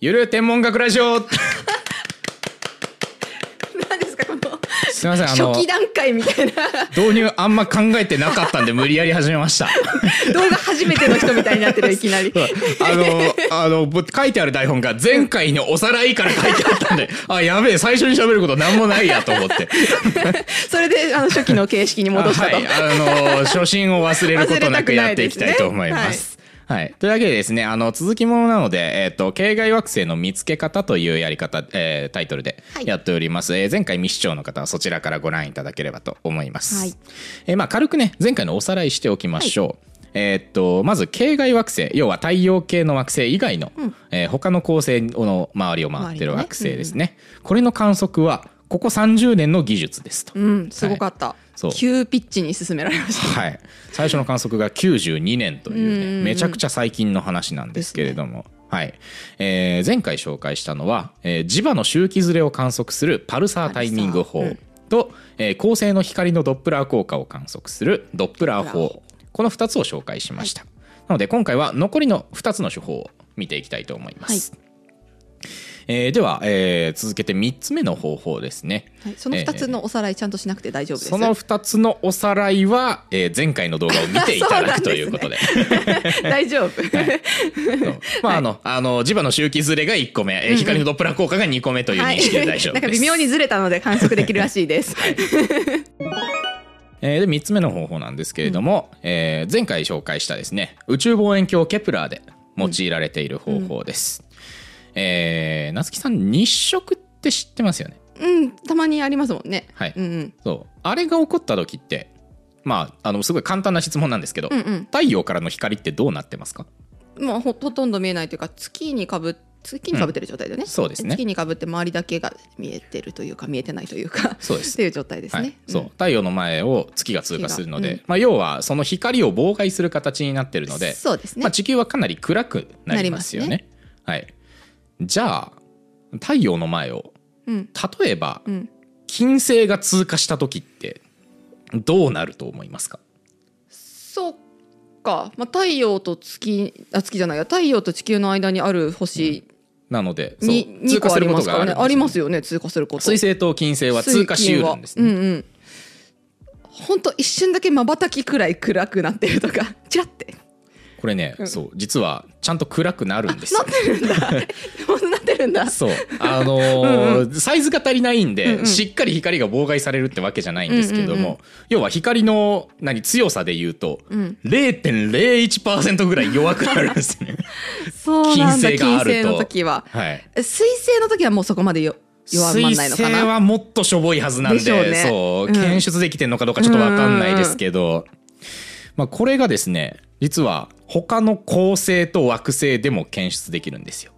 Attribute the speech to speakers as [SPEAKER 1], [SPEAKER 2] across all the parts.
[SPEAKER 1] ゆる天文学ラジオ
[SPEAKER 2] 何ですかこの
[SPEAKER 1] すみませんあの
[SPEAKER 2] 初期段階みたいな
[SPEAKER 1] 導入あんま考えてなかったんで無理やり始めました
[SPEAKER 2] 動画初めての人みたいになっ てるいきなり
[SPEAKER 1] あのあのぼ書いてある台本が前回のおさらいから書いてあったんであやべえ最初に喋ることなんもないやと思って
[SPEAKER 2] それであの初期の形式に戻したと、
[SPEAKER 1] はい、あ の初心を忘れることなくやっていきたいと思いま。
[SPEAKER 2] 忘れたくないです
[SPEAKER 1] はい。というわけでですね、あの、続きものなので、えっ、と、系外惑星の見つけ方というやり方、えータイトルで
[SPEAKER 2] はい
[SPEAKER 1] やっております。えー前回未視聴の方はそちらからご覧いただければと思います。
[SPEAKER 2] はい
[SPEAKER 1] えーまあ、軽くね、前回のおさらいしておきましょう。えーっと、まず、系外惑星、要は太陽系の惑星以外の、えー他の恒星の周りを回ってる惑星ですね。これの観測は、ここ30年の技術ですと。
[SPEAKER 2] うんすごかった、
[SPEAKER 1] そう
[SPEAKER 2] 急ピッチに進められ ました
[SPEAKER 1] はい、最初の観測が92年という、ね、めちゃくちゃ最近の話なんですけれども、はいえー前回紹介したのは、えー磁場の周期ずれを観測するパルサータイミング法
[SPEAKER 2] パルサ
[SPEAKER 1] と、えー恒星の光のドップラー効果を観測するドップラー
[SPEAKER 2] ドッ
[SPEAKER 1] 法この2つを紹介しました、なので今回は残りの2つの手法を見ていきたいと思います、えーでは、えー続けて3つ目の方法ですね、
[SPEAKER 2] はい、その
[SPEAKER 1] えー
[SPEAKER 2] 2つのおさらいちゃんとしなくて大丈夫です、
[SPEAKER 1] その2つのおさらいは、えー前回の動画を見ていただくという ことで。
[SPEAKER 2] 大丈 夫、
[SPEAKER 1] そうまあ、あの、あの、磁場の周期ずれが1個目、えー光のドップラー効果が2個目という認識で大丈夫です。
[SPEAKER 2] なんか微妙にずれたので観測できるらしいです、
[SPEAKER 1] えーで、3つ目の方法なんですけれども、えー前回紹介したですね、宇宙望遠鏡ケプラーで用いられている方法です。えー夏木さん、日食って知ってますよね。
[SPEAKER 2] うんたまにありますもんね
[SPEAKER 1] はい
[SPEAKER 2] うんうん
[SPEAKER 1] そう。あれが起こった時って、まあ、あの、すごい簡単な質問なんですけど、
[SPEAKER 2] うんうん
[SPEAKER 1] 太陽からの光ってどうなってますか
[SPEAKER 2] まあ、ほほとんど見えないというか月にかぶ月にかぶってる状態だよね、
[SPEAKER 1] んそうですね
[SPEAKER 2] 月にかぶって周りだけが見えてるというか見えてないというか
[SPEAKER 1] そうです
[SPEAKER 2] っていう状態ですね、
[SPEAKER 1] はい、そう
[SPEAKER 2] うん
[SPEAKER 1] 太陽の前を月が通過するので、
[SPEAKER 2] 月がう
[SPEAKER 1] まあ、要はその光を妨害する形になってるので、
[SPEAKER 2] そうですね、
[SPEAKER 1] まあ、地球はかなり暗くなりますよね
[SPEAKER 2] な
[SPEAKER 1] はい、じゃあ太陽の前を
[SPEAKER 2] うん
[SPEAKER 1] 例えば
[SPEAKER 2] うん
[SPEAKER 1] 金星が通過した時ってどうなると思いますか
[SPEAKER 2] そうか、まあ、太陽と月あ月じゃないや太陽と地球の間にある星
[SPEAKER 1] なのでそう
[SPEAKER 2] に、2
[SPEAKER 1] 通過
[SPEAKER 2] 個あ
[SPEAKER 1] するこ
[SPEAKER 2] りま
[SPEAKER 1] と
[SPEAKER 2] すか
[SPEAKER 1] がある
[SPEAKER 2] ら
[SPEAKER 1] ん
[SPEAKER 2] ね
[SPEAKER 1] です
[SPEAKER 2] ありますよね通過すること
[SPEAKER 1] 水星と金星は通過しうるんですね、
[SPEAKER 2] 水金はうんうん本当一瞬だけ瞬きくらい暗くなってると かチラって
[SPEAKER 1] これね、
[SPEAKER 2] うん
[SPEAKER 1] そう実はちゃんと暗くなるんですよ
[SPEAKER 2] なってるんだ 本当なってるんだ
[SPEAKER 1] そうあのーサイズが足りないんで、
[SPEAKER 2] うんうん
[SPEAKER 1] しっかり光が妨害されるってわけじゃないんですけども、
[SPEAKER 2] うんうんうん
[SPEAKER 1] 要は光の何強さで言うと、
[SPEAKER 2] ん
[SPEAKER 1] 0.01%ぐらい弱くなるんです ね
[SPEAKER 2] そうなんだ
[SPEAKER 1] 金星
[SPEAKER 2] 金
[SPEAKER 1] があると
[SPEAKER 2] 星の時は
[SPEAKER 1] はい
[SPEAKER 2] え水星の時はもうそこまでよ弱まんないの
[SPEAKER 1] 水
[SPEAKER 2] かな
[SPEAKER 1] 星はもっとしょぼいはずなんで
[SPEAKER 2] でしょうね
[SPEAKER 1] そう
[SPEAKER 2] うん
[SPEAKER 1] 検出できてるのかどうかちょっとわかんないですけど、まあ、これがですね実は他の恒星と惑星でも検出できるんですよ。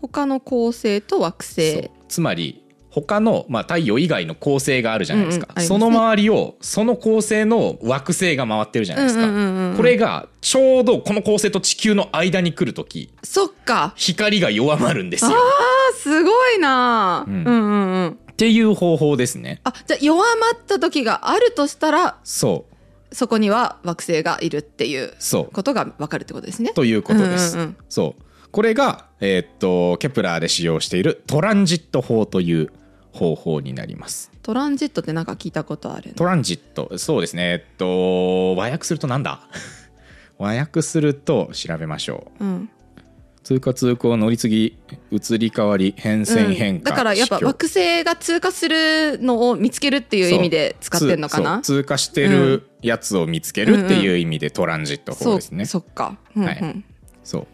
[SPEAKER 2] 他の恒星と惑
[SPEAKER 1] そう
[SPEAKER 2] 星
[SPEAKER 1] つまり他の、まあ、太陽以外の恒星があるじゃないですか、
[SPEAKER 2] うんうんあります
[SPEAKER 1] そ
[SPEAKER 2] ね
[SPEAKER 1] の周りをその恒星の惑星が回ってるじゃないですか、
[SPEAKER 2] うんうんうんうん
[SPEAKER 1] これがちょうどこの恒星と地球の間に来る時
[SPEAKER 2] そっか
[SPEAKER 1] 光が弱まるんですよ
[SPEAKER 2] あすごいな、
[SPEAKER 1] う
[SPEAKER 2] うんん、うんうん
[SPEAKER 1] っていう方法ですね
[SPEAKER 2] あじゃあ弱まった時があるとしたら
[SPEAKER 1] そう
[SPEAKER 2] そこには惑星がいるっていう
[SPEAKER 1] そう
[SPEAKER 2] ことがわかるってことですね
[SPEAKER 1] ということです、
[SPEAKER 2] うんうんうん
[SPEAKER 1] そうこれが、えーっとケプラーで使用しているトランジット法という方法になります
[SPEAKER 2] トランジットってなんか聞いたことある
[SPEAKER 1] トランジットそうですねえっと和訳するとなんだ 和訳すると調べましょう
[SPEAKER 2] うん、
[SPEAKER 1] 通過通行乗り継ぎ移り変わり変遷変化、
[SPEAKER 2] だからやっぱ
[SPEAKER 1] 死去
[SPEAKER 2] 惑星が通過するのを見つけるっていう意味で使ってんのかな
[SPEAKER 1] そう通過してるやつを見つけるっていう意味でトランジット法ですね、
[SPEAKER 2] そっか、うんうん
[SPEAKER 1] はいそう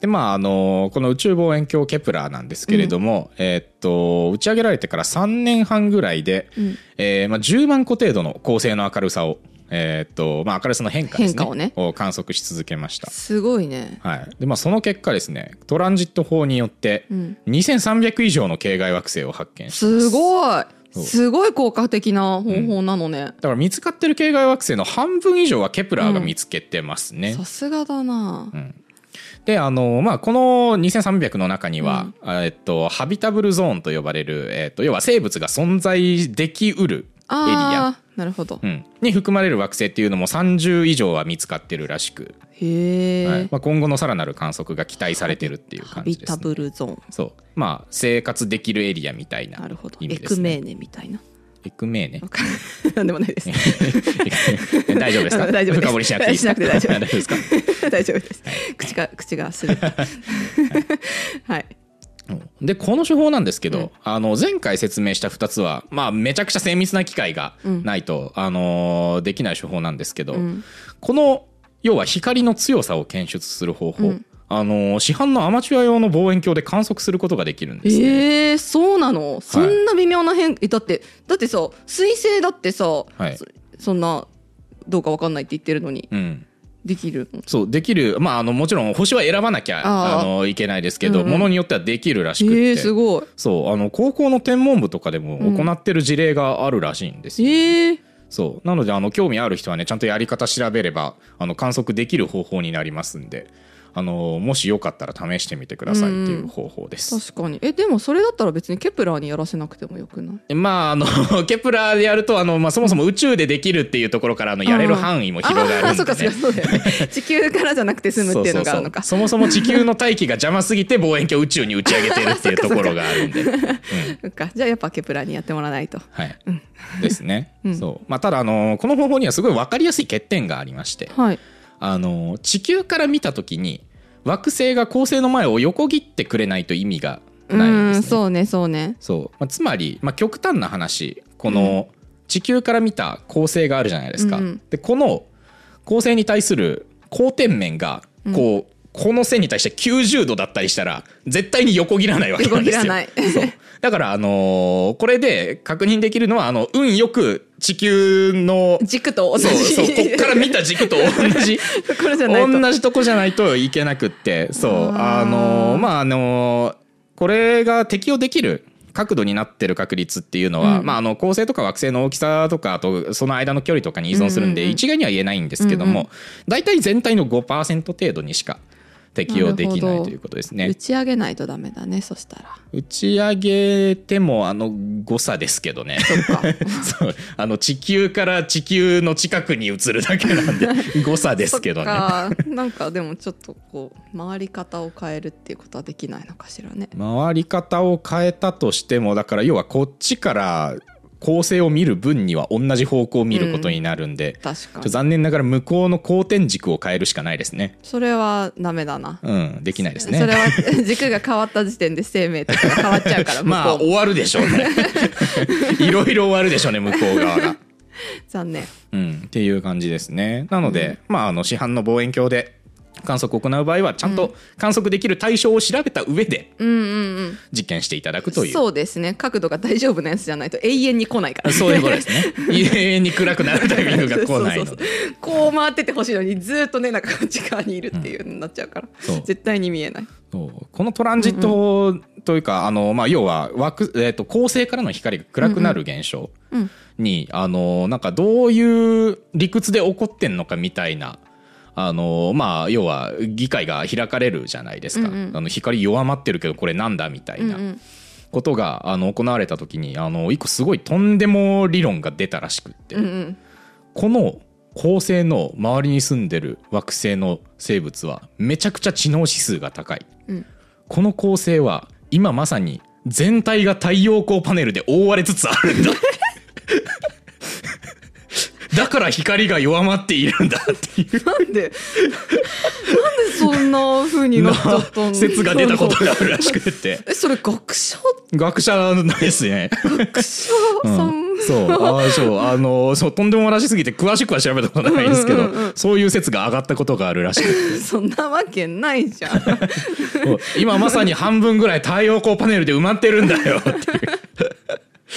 [SPEAKER 1] でまああのこの宇宙望遠鏡ケプラーなんですけれども、えーっと打ち上げられてから3年半ぐらいで、
[SPEAKER 2] うん
[SPEAKER 1] えーまあ、10万個程度の恒星の明るさをえーっとまあ、明るさの変化ですね
[SPEAKER 2] 変化をね
[SPEAKER 1] を観測し続けました、
[SPEAKER 2] すごいね
[SPEAKER 1] はいでまあ、その結果ですねトランジット法によって
[SPEAKER 2] うん
[SPEAKER 1] 2300以上の系外惑星を発見してます
[SPEAKER 2] ごい
[SPEAKER 1] そう
[SPEAKER 2] すごい効果的な方法なのね、
[SPEAKER 1] だから見つかってる系外惑星の半分以上はケプラーが見つけてますね。
[SPEAKER 2] さすがだな、
[SPEAKER 1] であの、まあ、この2300の中には、あえっと、ハビタブルゾーンと呼ばれる、えっと、要は生物が存在できうるエリア
[SPEAKER 2] あーなるほど。
[SPEAKER 1] うん、に含まれる惑星っていうのも30以上は見つかってるらしく、
[SPEAKER 2] へえ、
[SPEAKER 1] はいまあ、今後のさらなる観測が期待されてるっていう
[SPEAKER 2] ハ
[SPEAKER 1] 感
[SPEAKER 2] ビ
[SPEAKER 1] じで
[SPEAKER 2] タ
[SPEAKER 1] す、ね、
[SPEAKER 2] ブルゾーン。
[SPEAKER 1] そうまあ生活できるエリアみたいな
[SPEAKER 2] なるほど。
[SPEAKER 1] 意
[SPEAKER 2] エ
[SPEAKER 1] 味で
[SPEAKER 2] ク
[SPEAKER 1] す、
[SPEAKER 2] メ
[SPEAKER 1] ね、
[SPEAKER 2] ーネみたいな。
[SPEAKER 1] エクメーネ
[SPEAKER 2] わかんなんでもないです。
[SPEAKER 1] 大丈夫ですか
[SPEAKER 2] 大丈夫です
[SPEAKER 1] 深掘りしなくていいですか
[SPEAKER 2] しなくて大丈夫
[SPEAKER 1] 大丈夫ですか
[SPEAKER 2] 大丈夫です。口が口が する。はい。
[SPEAKER 1] うんでこの手法なんですけど、
[SPEAKER 2] うん
[SPEAKER 1] あの前回説明した2つは、まあ、めちゃくちゃ精密な機械がないと、あのーできない手法なんですけど、
[SPEAKER 2] うん
[SPEAKER 1] この要は光の強さを検出する方法、
[SPEAKER 2] うん
[SPEAKER 1] あのー市販のアマチュア用の望遠鏡で観測することができるんですね。
[SPEAKER 2] えー、そうなの。そんな微妙な変、えだってだってさ、彗星だってさ、
[SPEAKER 1] はい
[SPEAKER 2] そそんなどうかわかんないって言ってるのに
[SPEAKER 1] うん、
[SPEAKER 2] できるの。
[SPEAKER 1] そうできる、まあ、あのもちろん星は選ばなきゃ
[SPEAKER 2] あ
[SPEAKER 1] あ
[SPEAKER 2] ー
[SPEAKER 1] のいけないですけど、
[SPEAKER 2] うんうん
[SPEAKER 1] ものによってはできるらしくって、
[SPEAKER 2] えー、すごい。
[SPEAKER 1] そうあの高校の天文部とかでも行ってる事例があるらしいんですよ。
[SPEAKER 2] えー、
[SPEAKER 1] そうなのであの興味ある人はねちゃんとやり方調べればあの観測できる方法になりますんであのもしよかったら試してみてくださいっていう方法です。
[SPEAKER 2] 確かに。えでもそれだったら別にケプラーにやらせなくてもよくない。
[SPEAKER 1] まああの ケプラーでやるとあの、まあ、そもそも宇宙でできるっていうところからあのやれる範囲も広が
[SPEAKER 2] ああ
[SPEAKER 1] る
[SPEAKER 2] ー、
[SPEAKER 1] ん
[SPEAKER 2] そうか
[SPEAKER 1] で
[SPEAKER 2] そうか
[SPEAKER 1] ね。
[SPEAKER 2] そうだよね。地球からじゃなくて済むっていうのがあるのか。
[SPEAKER 1] そもそも地球の大気が邪魔すぎて望遠鏡宇宙に打ち上げてるっていうところがあるん で。
[SPEAKER 2] そっかじゃあやっぱケプラーにやってもらわないと。
[SPEAKER 1] はい、ですね。そうまあ、ただあのこの方法にはすごい分かりやすい欠点がありまして、
[SPEAKER 2] はい。
[SPEAKER 1] あの地球から見た時に惑星が恒星の前を横切ってくれないと意味が
[SPEAKER 2] う
[SPEAKER 1] ないんで
[SPEAKER 2] ーん
[SPEAKER 1] すね。
[SPEAKER 2] そうねそうね。
[SPEAKER 1] そうまあ、つまり、まあ、極端な話この地球から見た恒星があるじゃないですか。
[SPEAKER 2] うんうん
[SPEAKER 1] でこの恒星に対する交点面がこう、この線に対して90度だったりしたら絶対に横切らないわけなんですよ。
[SPEAKER 2] 横切らない
[SPEAKER 1] そうだから、あのーこれで確認できるのはあの運よく地球の
[SPEAKER 2] 軸と同じ。
[SPEAKER 1] そう そうこっから見た軸と同じ
[SPEAKER 2] と ころじゃないと。
[SPEAKER 1] 同じとこじゃないといけなくってそう
[SPEAKER 2] あー
[SPEAKER 1] あのまああのこれが適用できる角度になってる確率っていうのは、
[SPEAKER 2] うん
[SPEAKER 1] まあ、あの恒星とか惑星の大きさとかあとその間の距離とかに依存するんで、
[SPEAKER 2] うんうんうん
[SPEAKER 1] 一概には言えないんですけども、
[SPEAKER 2] うん
[SPEAKER 1] 大体全体の5%程度にしか適用でき
[SPEAKER 2] なる
[SPEAKER 1] な
[SPEAKER 2] ほ
[SPEAKER 1] い
[SPEAKER 2] ど
[SPEAKER 1] ということです
[SPEAKER 2] 打
[SPEAKER 1] ね
[SPEAKER 2] ち上げないとダメだねそしたら。
[SPEAKER 1] 打ち上げてもあの誤差ですけど ね
[SPEAKER 2] そっか。
[SPEAKER 1] そうあの地球から地球の近くに移るだけなんで誤差ですけどね
[SPEAKER 2] そっかなんかでもちょっとこう回り方を変えるっていうことはできないのかしらね。
[SPEAKER 1] 回り方を変えたとしてもだから要はこっちから構成を見る分には同じ方向を見ることになるんで、ち
[SPEAKER 2] 確か
[SPEAKER 1] ょっと
[SPEAKER 2] に。
[SPEAKER 1] 残念ながら向こうの交点軸を変えるしかないですね
[SPEAKER 2] それはダメだな。
[SPEAKER 1] うんできないです
[SPEAKER 2] それ
[SPEAKER 1] ね
[SPEAKER 2] は 軸が変わった時点で生命とかが変わっちゃうから向こうも、
[SPEAKER 1] まあ終わるでしょう ね いろいろ終わるでしょうね向こう側が、
[SPEAKER 2] 残念。
[SPEAKER 1] うん、っていう感じですねなので、まああの市販の望遠鏡で観測を行う場合はちゃんと観測できる対象を調べた上で
[SPEAKER 2] うんうんうん。
[SPEAKER 1] 実験していただくという、
[SPEAKER 2] そうですね角度が大丈夫なやつじゃないと永遠に来ないから
[SPEAKER 1] そういうことですね 永遠に暗くなるタイミングが来ないので
[SPEAKER 2] そうそうそうこう回っててほしいのにずっとねなんかこっち側にいるっていうのになっちゃうから、
[SPEAKER 1] そう
[SPEAKER 2] 絶対に見えない
[SPEAKER 1] そうこのトランジットというか、あのまあ、要は惑、えー、と恒星からの光が暗くなる現象
[SPEAKER 2] うんうん
[SPEAKER 1] に、あのなんかどういう理屈で起こってんのかみたいな。あのまあ、要は議会が開かれるじゃないですか、
[SPEAKER 2] うんうん
[SPEAKER 1] あの光弱まってるけどこれなんだみたい
[SPEAKER 2] うんう
[SPEAKER 1] なんことが、あの行われた時にあの一個すごいとんでも理論が出たらしくって、
[SPEAKER 2] うんうん
[SPEAKER 1] この恒星の周りに住んでる惑星の生物はめちゃくちゃ知能指数が高い、
[SPEAKER 2] うん
[SPEAKER 1] この恒星は今まさに全体が太陽光パネルで覆われつつあるん だだから光が弱まっているんだっていう
[SPEAKER 2] なんでなんでそんな風になっちゃったの
[SPEAKER 1] 説が出たことがあるらしくって
[SPEAKER 2] えそれ学者
[SPEAKER 1] 学者なんですね
[SPEAKER 2] 学者
[SPEAKER 1] うん
[SPEAKER 2] さん、
[SPEAKER 1] そうあーそうあのそうとんでもらしすぎて詳しくは調べたことないんですけど、
[SPEAKER 2] うんうんうん
[SPEAKER 1] そういう説が上がったことがあるらしくて
[SPEAKER 2] そんなわけないじゃ ん
[SPEAKER 1] そう今まさに半分ぐらい太陽光パネルで埋まってるんだよって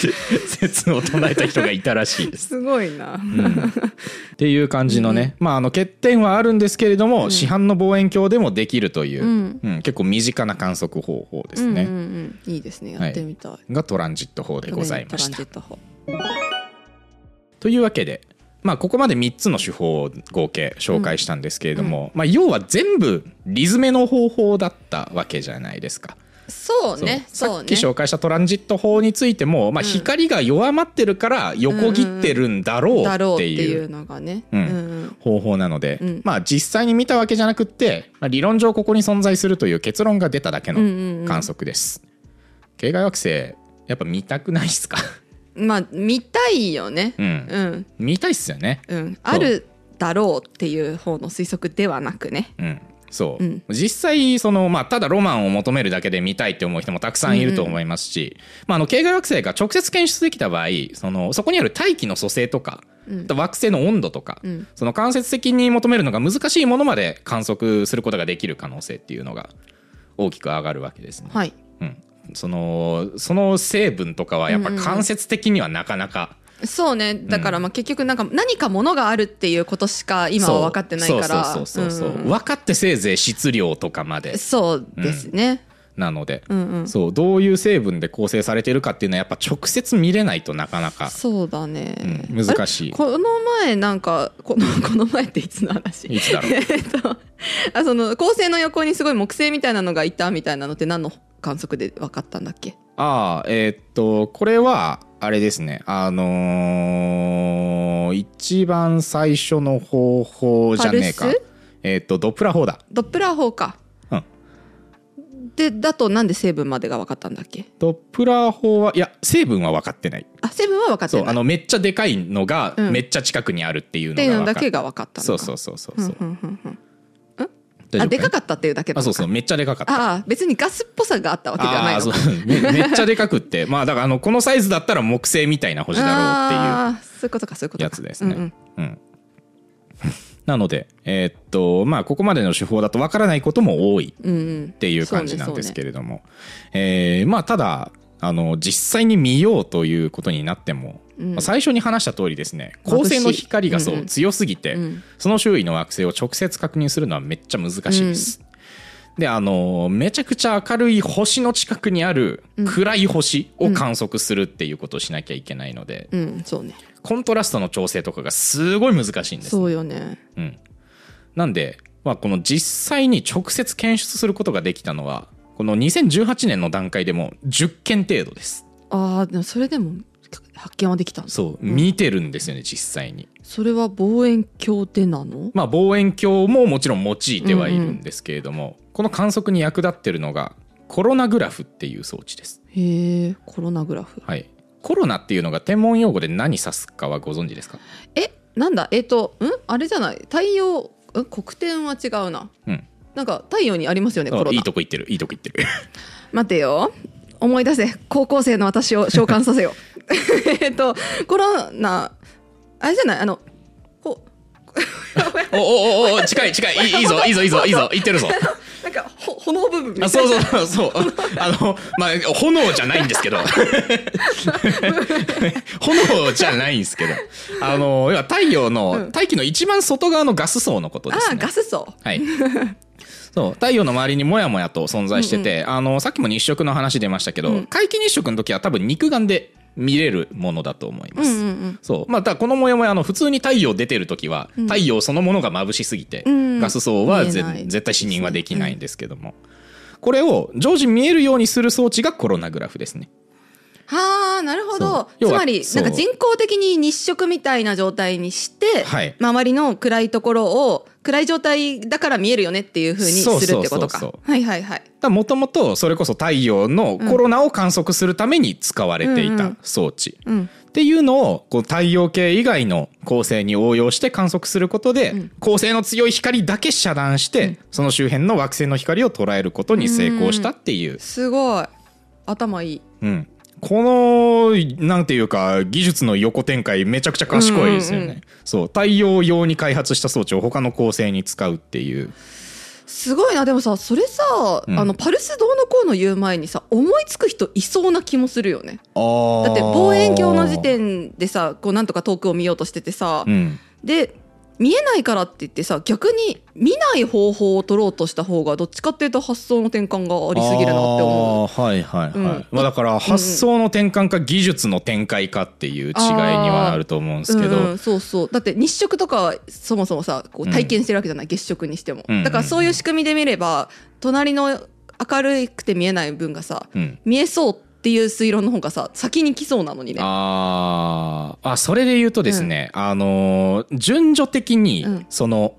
[SPEAKER 1] いう説を唱えた人がいたらしいです。
[SPEAKER 2] すごいな、
[SPEAKER 1] っていう感じのね、まああの欠点はあるんですけれども、市販の望遠鏡でもできるという、
[SPEAKER 2] うん
[SPEAKER 1] うん結構身近な観測方法です
[SPEAKER 2] うんうんう
[SPEAKER 1] ね、
[SPEAKER 2] んいいですねやってみたい、
[SPEAKER 1] がトランジット法でございまし
[SPEAKER 2] トラ
[SPEAKER 1] た
[SPEAKER 2] ンジ。ット法
[SPEAKER 1] というわけで、まあ、ここまで3つの手法を合計紹介したんですけれども、まあ、要は全部理詰めの方法だったわけじゃないですか。
[SPEAKER 2] そうね
[SPEAKER 1] さ
[SPEAKER 2] そ
[SPEAKER 1] っ
[SPEAKER 2] う
[SPEAKER 1] き
[SPEAKER 2] ね
[SPEAKER 1] 紹介したトランジット法についても、まあ、
[SPEAKER 2] うん
[SPEAKER 1] 光が弱まってるから横切ってるんだろう
[SPEAKER 2] だろうっ
[SPEAKER 1] って
[SPEAKER 2] て
[SPEAKER 1] い
[SPEAKER 2] いう
[SPEAKER 1] う
[SPEAKER 2] のがね、
[SPEAKER 1] うん
[SPEAKER 2] うん
[SPEAKER 1] 方法なので、
[SPEAKER 2] うん
[SPEAKER 1] まあ、実際に見たわけじゃなくって、まあ、理論上ここに存在するという結論が出ただけ
[SPEAKER 2] うん
[SPEAKER 1] の
[SPEAKER 2] うんうん
[SPEAKER 1] 観測です。系外惑星やっぱ見たくないっすか
[SPEAKER 2] まあ見たいよね
[SPEAKER 1] うん、
[SPEAKER 2] うん
[SPEAKER 1] 見たいっすよね。
[SPEAKER 2] うんあるだろうっていう方の推測ではなくね
[SPEAKER 1] うんそう、
[SPEAKER 2] うん
[SPEAKER 1] 実際その、まあ、ただロマンを求めるだけで見たいって思う人もたくさんいると思いますし、まあ、あの系外惑星が直接検出できた場合そのそこにある大気の組成とか、
[SPEAKER 2] うん
[SPEAKER 1] あと惑星の温度とか、
[SPEAKER 2] うん
[SPEAKER 1] その間接的に求めるのが難しいものまで観測することができる可能性っていうのが大きく上がるわけですね。
[SPEAKER 2] はい
[SPEAKER 1] うん、そのその成分とかはやっぱ間接的にはなかなか、
[SPEAKER 2] そうねだからまあ結局なんか何かものがあるっていうことしか今は分かってないから
[SPEAKER 1] そうそうそうそうそう、
[SPEAKER 2] うん
[SPEAKER 1] 分かってせいぜい質量とかまで
[SPEAKER 2] そうですね、
[SPEAKER 1] なので、
[SPEAKER 2] うんうん
[SPEAKER 1] そうどういう成分で構成されてるかっていうのはやっぱ直接見れないとなかなか、
[SPEAKER 2] そうだね、
[SPEAKER 1] うん、難しい。
[SPEAKER 2] この前なんかこのこの前っていつの話
[SPEAKER 1] いつだろう
[SPEAKER 2] えっとあその恒星の横にすごい木星みたいなのがいたみたいなのって何の観測で分かったんだっけ
[SPEAKER 1] ああえーっとこれはあれですねあのー一番最初の方法じゃねえか
[SPEAKER 2] パルス
[SPEAKER 1] えーっとドップラー法だ
[SPEAKER 2] ドップラー法か、
[SPEAKER 1] うん
[SPEAKER 2] でだとなんで成分までが分かったんだっけ
[SPEAKER 1] ドップラー法はいや成分は分かってない
[SPEAKER 2] あ成分は分かって
[SPEAKER 1] そう
[SPEAKER 2] ない
[SPEAKER 1] あのめっちゃでかいのが
[SPEAKER 2] うん
[SPEAKER 1] めっちゃ近くにあるっていう
[SPEAKER 2] っていう
[SPEAKER 1] の
[SPEAKER 2] の
[SPEAKER 1] が分
[SPEAKER 2] だ
[SPEAKER 1] かっ
[SPEAKER 2] けが分かったのか
[SPEAKER 1] そうそううそうそうそう
[SPEAKER 2] ふんふんふん
[SPEAKER 1] 大丈夫
[SPEAKER 2] あでか
[SPEAKER 1] か
[SPEAKER 2] かったっていうだけな
[SPEAKER 1] あ
[SPEAKER 2] のか
[SPEAKER 1] そうそうめっちゃでかかった
[SPEAKER 2] ああ別にガスっぽさがあったわけではない
[SPEAKER 1] あ
[SPEAKER 2] の
[SPEAKER 1] あ
[SPEAKER 2] か
[SPEAKER 1] そう めめっちゃでかくってまあだからあのこのサイズだったら木星みたいな星だろうっていう
[SPEAKER 2] あーそういうことかそういうことか
[SPEAKER 1] やつですね。
[SPEAKER 2] う
[SPEAKER 1] うん
[SPEAKER 2] うん
[SPEAKER 1] ん、 なので、えーっとまあここまでの手法だとわからないことも多いっ
[SPEAKER 2] うんうん
[SPEAKER 1] ていう感じなんですけれども、えーまあただあの実際に見ようということになっても、
[SPEAKER 2] うん
[SPEAKER 1] まあ最初に話した通りですね恒星の光がそう、
[SPEAKER 2] 眩しいうんうん
[SPEAKER 1] 強すぎて、
[SPEAKER 2] うん
[SPEAKER 1] その周囲の惑星を直接確認するのはめっちゃ難しいです。であのめちゃくちゃ明るい星の近くにある暗い星を観測するっていうことをしなきゃいけないので、
[SPEAKER 2] うんそうね
[SPEAKER 1] コントラストの調整とかがすごい難しいんです。
[SPEAKER 2] そうよね
[SPEAKER 1] うん、なんで、まあ、この実際に直接検出することができたのはこの2018年の段階でも10件程度です。
[SPEAKER 2] ああでもそれでも発見はできたんだ
[SPEAKER 1] そう
[SPEAKER 2] うん
[SPEAKER 1] 見てるんですよね実際に。
[SPEAKER 2] それは望遠鏡でなの
[SPEAKER 1] まあ、望遠鏡ももちろん用いてはいるんですけれども、この観測に役立ってるのがコロナグラフっていう装置です。
[SPEAKER 2] へえコロナグラフ
[SPEAKER 1] はいコロナっていうのが天文用語で何指すかはご存知ですか、
[SPEAKER 2] えなんだえっ、とんあれじゃない太陽ん黒点は違うな
[SPEAKER 1] うん、
[SPEAKER 2] なんか太陽にありますよね
[SPEAKER 1] あ
[SPEAKER 2] コロナ
[SPEAKER 1] いいとこ行ってるいいとこ行ってる。
[SPEAKER 2] 待てよ思い出せ高校生の私を召喚させよ えっとコロナあれじゃないあのほ
[SPEAKER 1] おおおおお近い近いいいいいぞいいぞいいぞいいぞ行ってるぞ。
[SPEAKER 2] なんかほ炎部分みたいな
[SPEAKER 1] あそうそうそうそうあのまあ炎じゃないんですけ ど炎じゃないんですけどあの要は太陽の大気の一番外側のガス層のことで
[SPEAKER 2] あ
[SPEAKER 1] す
[SPEAKER 2] ー
[SPEAKER 1] ね
[SPEAKER 2] ガス層
[SPEAKER 1] はいそう太陽の周りにもやもやと存在してて、あのさっきも日食の話出ましたけど、
[SPEAKER 2] うん
[SPEAKER 1] 皆既日食の時は多分肉眼で見れるものだと思います、
[SPEAKER 2] うんうん
[SPEAKER 1] そうまあ、だからこのもやもやあの普通に太陽出てる時は
[SPEAKER 2] うん
[SPEAKER 1] 太陽そのものが眩しすぎて、
[SPEAKER 2] うん
[SPEAKER 1] ガス層は
[SPEAKER 2] 見え
[SPEAKER 1] ぜ
[SPEAKER 2] ない
[SPEAKER 1] 絶対視認はできないんですけども、これを常時見えるようにする装置がコロナグラフですね。
[SPEAKER 2] はあなるほど
[SPEAKER 1] そう
[SPEAKER 2] つ
[SPEAKER 1] 要は
[SPEAKER 2] まり
[SPEAKER 1] そう
[SPEAKER 2] な
[SPEAKER 1] ん
[SPEAKER 2] か人工的に日食みたいな状態にして、
[SPEAKER 1] はい
[SPEAKER 2] 周りの暗いところを暗い状態だから見えるよねっていうふうにす
[SPEAKER 1] そう
[SPEAKER 2] るってことか
[SPEAKER 1] そうそうそう
[SPEAKER 2] はいはいはい
[SPEAKER 1] もともとそれこそ太陽のコロナを観測するために使われていた装置
[SPEAKER 2] うん
[SPEAKER 1] っていうのをこう太陽系以外の恒星に応用して観測することで、
[SPEAKER 2] うん
[SPEAKER 1] 恒星の強い光だけ遮断して、その周辺の惑星の光を捉えることに成功したっていう
[SPEAKER 2] すごい頭いい
[SPEAKER 1] うん、このなんていうか技術の横展開めちゃくちゃ賢いですよね、
[SPEAKER 2] うんうんう
[SPEAKER 1] そう太陽用に開発した装置を他の恒星に使うっていう
[SPEAKER 2] すごいなでもさそれさ、
[SPEAKER 1] うん
[SPEAKER 2] あのパルスどうのこうの言う前にさ思いつく人いそうな気もするよねだ
[SPEAKER 1] だ
[SPEAKER 2] って望遠鏡の時点でさこうなんとか遠くを見ようとしててさ、
[SPEAKER 1] うん
[SPEAKER 2] で見えないからって言ってさ逆に見ない方法を取ろうとした方がどっちかっていうと発想の転換がありすぎるなって思
[SPEAKER 1] あ
[SPEAKER 2] う
[SPEAKER 1] ーはいはいはい、
[SPEAKER 2] うん
[SPEAKER 1] まあ、だから発想の転換か技術の展開かっていう違いにはなると思うんですけど、
[SPEAKER 2] うんうんそうそうだって日食とかはそもそもさこう体験してるわけじゃない、月食にしても、
[SPEAKER 1] うん
[SPEAKER 2] だからそういう仕組みで見れば隣の明るくて見えない分がさ、
[SPEAKER 1] うん
[SPEAKER 2] 見えそうっていう推論の方がさ先に来そうなのにね
[SPEAKER 1] あーあそれで言うとですね、あのー順序的に、
[SPEAKER 2] うん
[SPEAKER 1] その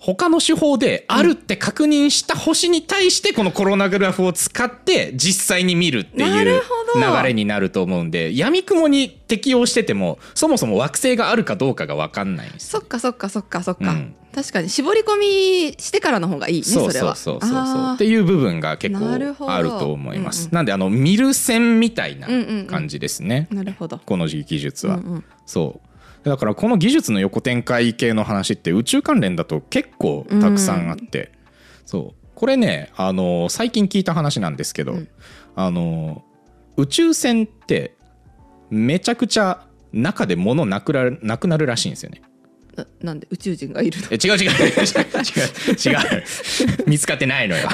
[SPEAKER 1] 他の手法であるって確認した星に対してこのコロナグラフを使って実際に見るってい
[SPEAKER 2] な
[SPEAKER 1] う
[SPEAKER 2] る
[SPEAKER 1] 流
[SPEAKER 2] ほど
[SPEAKER 1] れになると思うんで闇雲に適用しててもそもそも惑星があるかどうかが分かんないんです
[SPEAKER 2] そっかそっかそっかそっか、
[SPEAKER 1] うん
[SPEAKER 2] 確かに絞り込みしてからの方がいいね
[SPEAKER 1] そう
[SPEAKER 2] それ
[SPEAKER 1] そう
[SPEAKER 2] は
[SPEAKER 1] そうそうそう
[SPEAKER 2] あー
[SPEAKER 1] っていう部分が結
[SPEAKER 2] なるほ
[SPEAKER 1] 構
[SPEAKER 2] ど
[SPEAKER 1] あると思います。
[SPEAKER 2] うんうん
[SPEAKER 1] なんであの見る線みたいな
[SPEAKER 2] うんうんうん
[SPEAKER 1] 感じですね、
[SPEAKER 2] なるほど
[SPEAKER 1] この技術は。
[SPEAKER 2] うんうん
[SPEAKER 1] そうだからこの技術の横展開系の話って宇宙関連だと結構たくさんあって、そうこれねあの最近聞いた話なんですけど、
[SPEAKER 2] うん
[SPEAKER 1] あの宇宙船ってめちゃくちゃ中で物なくらなくなるらしいんですよね。
[SPEAKER 2] ななんで宇宙人がいるの
[SPEAKER 1] え違う違 う違う違う違う見つかってないの よ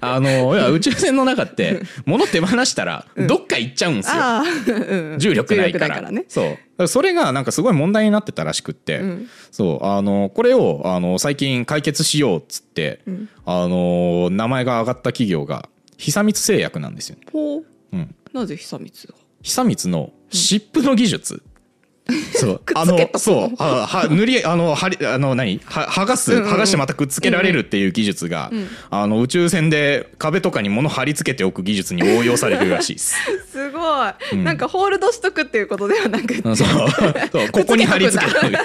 [SPEAKER 1] あのいや宇宙船の中って物手放したらどっか行っちゃうんですよ、
[SPEAKER 2] ああー、うん
[SPEAKER 1] 重力ないから
[SPEAKER 2] 重力だからね
[SPEAKER 1] そうだからそれがなんかすごい問題になってたらしくって、
[SPEAKER 2] ん
[SPEAKER 1] そうあのこれをあの最近解決しようっつって、
[SPEAKER 2] ん
[SPEAKER 1] あの名前が上がった企業が久光製薬なんですよね、
[SPEAKER 2] ほう
[SPEAKER 1] うん、
[SPEAKER 2] なぜ久光が
[SPEAKER 1] 久光の湿布の技 術、そう
[SPEAKER 2] くっ
[SPEAKER 1] あ
[SPEAKER 2] つけ
[SPEAKER 1] の
[SPEAKER 2] た
[SPEAKER 1] そうあは塗りあのはりあの何は剥がす
[SPEAKER 2] うんうん
[SPEAKER 1] 剥がしてまたくっつけられるっていう技術が、
[SPEAKER 2] ん
[SPEAKER 1] あの宇宙船で壁とかに物貼り付けておく技術に応用されるらしい です
[SPEAKER 2] すごい、
[SPEAKER 1] うん
[SPEAKER 2] なんかホールドしとくっていうことではなくて、
[SPEAKER 1] うんそうそうここに貼り付けてる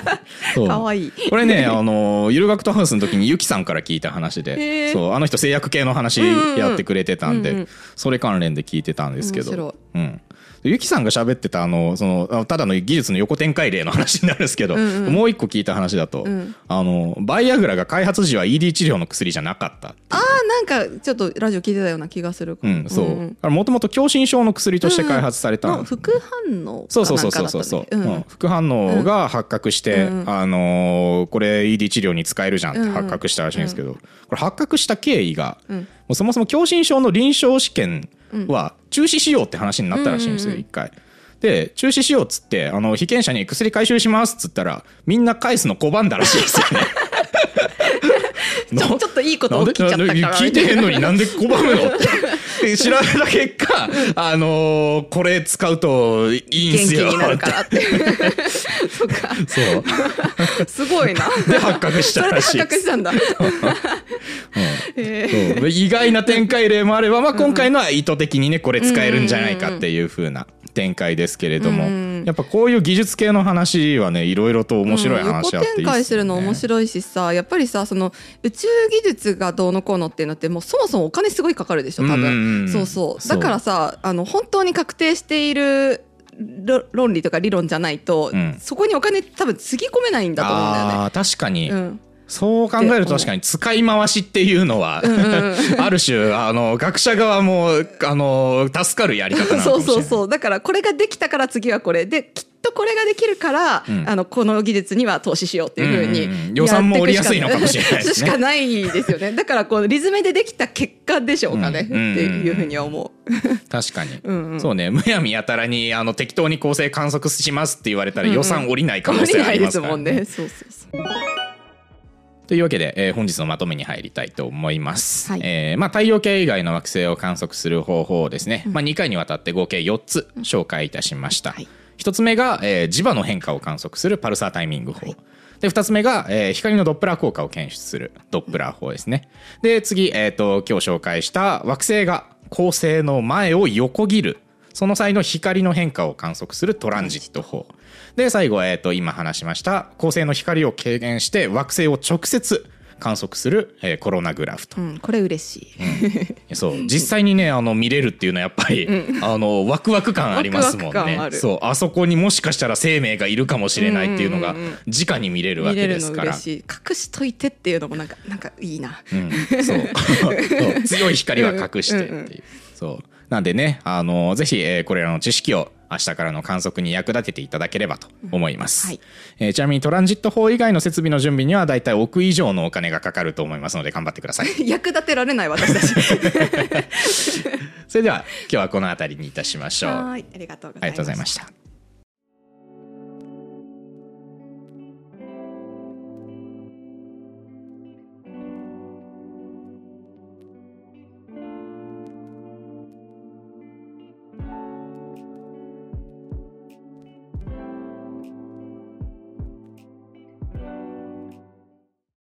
[SPEAKER 1] そう
[SPEAKER 2] かわいい
[SPEAKER 1] これねあのゆる学徒ハウスの時にゆきさんから聞いた話で
[SPEAKER 2] へー
[SPEAKER 1] そうあの人製薬系の話
[SPEAKER 2] うんうん
[SPEAKER 1] やってくれてたんで、
[SPEAKER 2] うんうん
[SPEAKER 1] それ関連で聞いてたんですけど
[SPEAKER 2] 面白い
[SPEAKER 1] うん、ゆきさんが喋ってたあのそのあただの技術の横展開例の話になるんですけど、
[SPEAKER 2] うんうん
[SPEAKER 1] もう一個聞いた話だと、
[SPEAKER 2] うん
[SPEAKER 1] あのバイアグラが開発時は ED 治療の薬じゃなかった
[SPEAKER 2] ああなんかちょっとラジオ聞いてたような気がするか
[SPEAKER 1] う
[SPEAKER 2] も
[SPEAKER 1] んそ
[SPEAKER 2] ん
[SPEAKER 1] うもともと狭心症の薬として開発されたん
[SPEAKER 2] の副反応
[SPEAKER 1] そう
[SPEAKER 2] か
[SPEAKER 1] そう
[SPEAKER 2] な
[SPEAKER 1] そ
[SPEAKER 2] ん
[SPEAKER 1] う
[SPEAKER 2] か
[SPEAKER 1] そ
[SPEAKER 2] だ
[SPEAKER 1] う
[SPEAKER 2] っ
[SPEAKER 1] そ
[SPEAKER 2] たん
[SPEAKER 1] う
[SPEAKER 2] だ
[SPEAKER 1] そ
[SPEAKER 2] よ
[SPEAKER 1] う、うん副反応が発覚して、
[SPEAKER 2] うん
[SPEAKER 1] あのーこれ ED 治療に使えるじゃんって発覚したらしいんですけど、これ発覚した経緯が、
[SPEAKER 2] うん
[SPEAKER 1] もうそもそも狭心症の臨床試験は中止しようって話になったらしいんですよ、
[SPEAKER 2] うんうんうん
[SPEAKER 1] 一回。で中止しようっつってあの被験者に薬回収しますっつったらみんな返すの拒んだらしいですよね。
[SPEAKER 2] ちょちょっといいこと 起きちゃったから、ね、
[SPEAKER 1] なんで聞いてへんのになんで拒むの って調べた結果、あのーこれ使うといいん
[SPEAKER 2] 元
[SPEAKER 1] す
[SPEAKER 2] 気
[SPEAKER 1] よ
[SPEAKER 2] になるからってそっか
[SPEAKER 1] そう。
[SPEAKER 2] す ごいな
[SPEAKER 1] で発覚し
[SPEAKER 2] そ
[SPEAKER 1] た
[SPEAKER 2] れで
[SPEAKER 1] らし
[SPEAKER 2] 発
[SPEAKER 1] い。
[SPEAKER 2] 覚したんだ、え
[SPEAKER 1] そうで意外な展開例もあれば、まあ、今回のは意図的にねこれ使えるんじゃないかっていう風な展開ですけれども、
[SPEAKER 2] うんうん
[SPEAKER 1] やっぱこういう技術系の話はねいろいろと面白い話あっていいっすよね、
[SPEAKER 2] うん横展開するの面白いしさやっぱりさその宇宙技術がどうのこうのっていうのってもうそもそもお金すごいかかるでしょ多分、
[SPEAKER 1] うんうんうん
[SPEAKER 2] そうそう
[SPEAKER 1] そう
[SPEAKER 2] だからさあの本当に確定しているろ論理とか理論じゃないと、
[SPEAKER 1] うん
[SPEAKER 2] そこにお金多分つぎ込めないんだと思うんだよね。
[SPEAKER 1] あー確かに、
[SPEAKER 2] うん、
[SPEAKER 1] そう考えると確かに使い回しっていうのは、ある種あの学者側もあの助かるやり方なのか
[SPEAKER 2] そ
[SPEAKER 1] も
[SPEAKER 2] う
[SPEAKER 1] しれない
[SPEAKER 2] そうそうだからこれができたから次はこれできっとこれができるから、
[SPEAKER 1] うん
[SPEAKER 2] あのこの技術には投資しようっていうふうに、
[SPEAKER 1] うんうんうん予算も折りやすいのかもしれないですね
[SPEAKER 2] しかないです よねだからこうリズムでできた結果でしょうかね、
[SPEAKER 1] うんうんうんうん
[SPEAKER 2] っていうふうには思う。
[SPEAKER 1] 確かに、
[SPEAKER 2] うんうん
[SPEAKER 1] そうねむやみやたらにあの適当に構成観測しますって言われたら予算下りない可能
[SPEAKER 2] 無理
[SPEAKER 1] 性
[SPEAKER 2] な
[SPEAKER 1] あ
[SPEAKER 2] い
[SPEAKER 1] り
[SPEAKER 2] で
[SPEAKER 1] ますすから、
[SPEAKER 2] もんね。そうそうそう。
[SPEAKER 1] というわけで、えー本日のまとめに入りたいと思います。
[SPEAKER 2] はい
[SPEAKER 1] えーまあ、太陽系以外の惑星を観測する方法をですね、まあ、2回にわたって合計4つ紹介いたしました。
[SPEAKER 2] はい
[SPEAKER 1] 1つ目が、えー磁場の変化を観測するパルサータイミング法。で2つ目が、えー光のドップラー効果を検出するドップラー法ですね。で次、えー、と今日紹介した惑星が恒星の前を横切るその際の光の変化を観測するトランジット法。で、最後、えっ、と、今話しました、恒星の光を軽減して惑星を直接観測する、えーコロナグラフと
[SPEAKER 2] う。ん、これ嬉しい。
[SPEAKER 1] そう、実際にね、あの、見れるっていうのはやっぱり、あの、ワクワク感ありますもん
[SPEAKER 2] ワクワク
[SPEAKER 1] ね
[SPEAKER 2] 感ある
[SPEAKER 1] そう、あそこにもしかしたら生命がいるかもしれないっていうのが
[SPEAKER 2] うんうんうん、
[SPEAKER 1] 直に見れるわ
[SPEAKER 2] 見
[SPEAKER 1] け
[SPEAKER 2] れ
[SPEAKER 1] で
[SPEAKER 2] る
[SPEAKER 1] す
[SPEAKER 2] の
[SPEAKER 1] から
[SPEAKER 2] 嬉。しい。隠しといてっていうのもなんかなんかいいな。
[SPEAKER 1] うんそう そう強い光は隠してっていう,、
[SPEAKER 2] うんうんうん
[SPEAKER 1] そうなんでねあのぜひ、えーこれらの知識を明日からの観測に役立てていただければと思います、
[SPEAKER 2] はい
[SPEAKER 1] えーちなみにトランジット法以外の設備の準備にはだいたい億以上のお金がかかると思いますので頑張ってく ださい
[SPEAKER 2] 役立てられない私たち。
[SPEAKER 1] それでは今日はこの辺りにいたしましょう
[SPEAKER 2] はい、ありがとうご
[SPEAKER 1] あ
[SPEAKER 2] ざ
[SPEAKER 1] りが
[SPEAKER 2] いま
[SPEAKER 1] とうござい
[SPEAKER 2] し
[SPEAKER 1] ま
[SPEAKER 2] た。
[SPEAKER 1] した